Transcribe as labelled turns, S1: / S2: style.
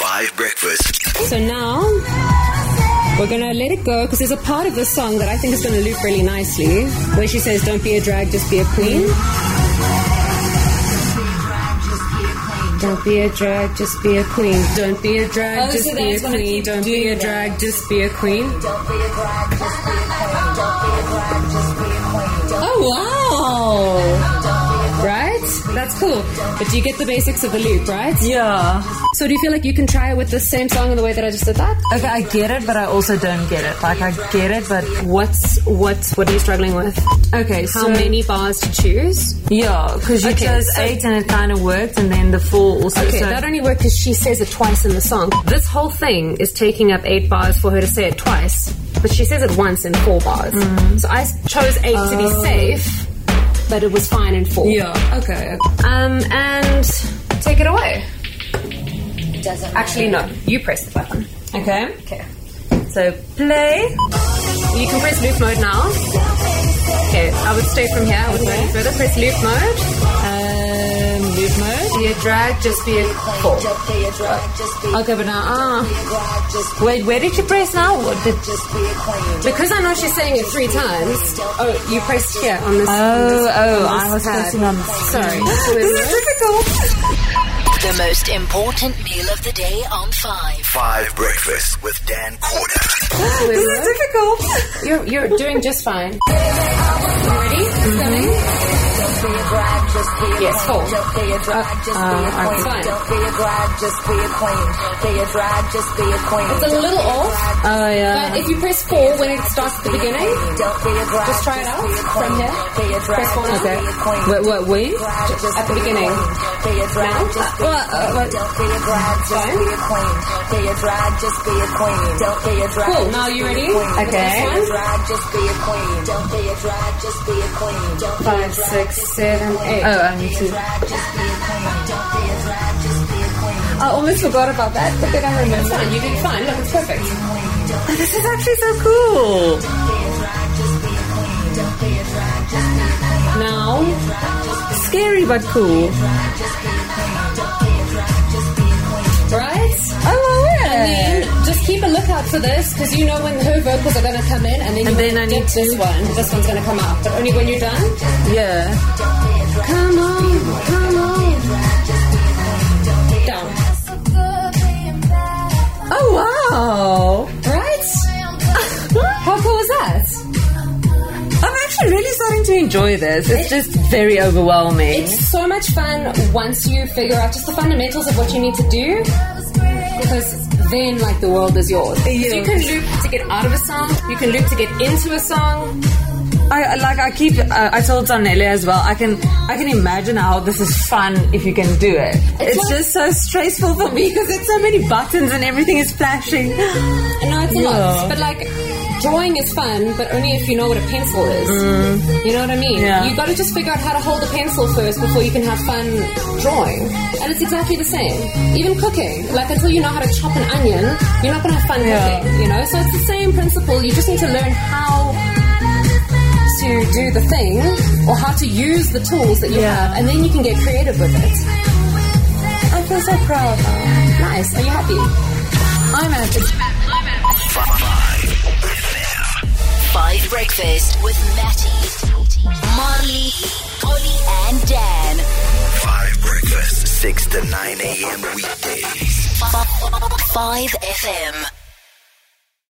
S1: Five Breakfast.
S2: So now we're going to let it go because there's a part of this song that I think is going to loop really nicely where she says, Don't be a drag, just be a queen. Don't be a drag, just be a queen. Don't be a drag,
S3: Oh,
S2: just
S3: so
S2: be a
S3: that's gonna
S2: queen.
S3: keep
S2: Don't be a
S3: doing that.
S2: drag, just be a queen.
S3: Oh,
S2: Right? That's cool. But you get the basics of the loop, right?
S3: wow. Yeah.
S2: So do you feel like you can try it with the same song in the way that I just did that?
S3: Okay, I get it, but I also don't get it. Like, I get it, but
S2: What's what? What are you struggling with?
S3: okay,
S2: How
S3: so.
S2: many bars to choose?
S3: Yeah, because you
S2: Okay,
S3: chose
S2: so-
S3: eight and it kind of worked, and then the four also.
S2: Okay,
S3: so-
S2: that only worked because she says it twice in the song. This whole thing is taking up eight bars for her to say it twice, but she says it once in four bars.
S3: Mm-hmm.
S2: So I s- chose eight to be safe, but it was fine in four.
S3: Oh. yeah, okay.
S2: Um, and take it away. Doesn't actually no. You press the button.
S3: Okay.
S2: Okay.
S3: So play.
S2: You can press loop mode now. Okay, I would stay from here. I would go any further. Press loop mode.
S3: Um, loop mode.
S2: Be a drag, just be a four.
S3: Okay, but now, ah. Wait, where did you press now? What did-
S2: Because I know she's saying it three times. Oh, you pressed here on this. on
S3: oh,
S2: this- on
S3: oh,
S2: this
S3: I was
S2: tab.
S3: pressing on.
S2: Sorry.
S4: The most important meal of the day on Five.
S1: Five Breakfast with Dan Corder.
S3: This is difficult.
S2: You're, you're doing just fine. Ready? Coming. Yes, four.
S3: Uh,
S2: Fine.
S5: It's
S2: It's a little off,
S3: oh,
S2: but
S3: yeah.
S2: if you press four when it starts at the beginning,
S5: Just
S2: try it out from here. Press one.
S3: Okay. Wait, wait, wait.
S2: at the beginning. Now?
S3: Well, uh, wait.
S2: Cool, now you ready?
S3: Okay.
S2: This one. Five, six, seven, eight.
S3: Oh, I need to. I almost forgot about that, but then I
S2: It's
S3: remember.
S2: fine, you did fine. Look, it's perfect.
S3: This is actually so cool.
S2: Now,
S3: Scary but cool.
S2: right?
S3: Oh, yeah.
S2: And just keep a lookout for this because you know when her vocals are going to come in, and then you
S3: And then I
S2: dip
S3: need
S2: this
S3: to-
S2: one. This one's going to come out, but only when you're done.
S3: Yeah.
S2: Come on, come on. Down,
S3: Oh, wow.
S2: right? How cool is that?
S3: I'm actually really starting to enjoy this. It's just very overwhelming.
S2: It's so much fun once you figure out just the fundamentals of what you need to do. Because then, like, the world is yours.
S3: Yeah.
S2: You can loop to get out of a song. You can loop to get into a song.
S3: I I- like. I keep. Uh, I told Zanelli as well. I can. I can imagine how this is fun if you can do it. It's,
S2: like-
S3: just so stressful for me because it's so many buttons and everything is flashing.
S2: And no, it's a
S3: Yeah.
S2: lot. But, like, drawing is fun, but only if you know what a pencil is. You know what I mean?
S3: Mm. Yeah.
S2: You gotta just figure out how to hold a pencil first before you can have fun drawing. And it's exactly the same. Even cooking. Like, until you know how to chop an onion, you're not gonna have fun
S3: Yeah.
S2: cooking. You know? So it's the same principle. You just need to learn how to do the thing or how to use the tools that you
S3: Yeah.
S2: have, and then you can get creative with it.
S3: I feel so proud.
S2: Nice. Are you happy?
S3: I'm at
S4: Five Breakfast with Matty, Marley, Ollie, and Dan.
S1: Five Breakfast, 6 to 9 a.m. weekdays.
S4: Five FM.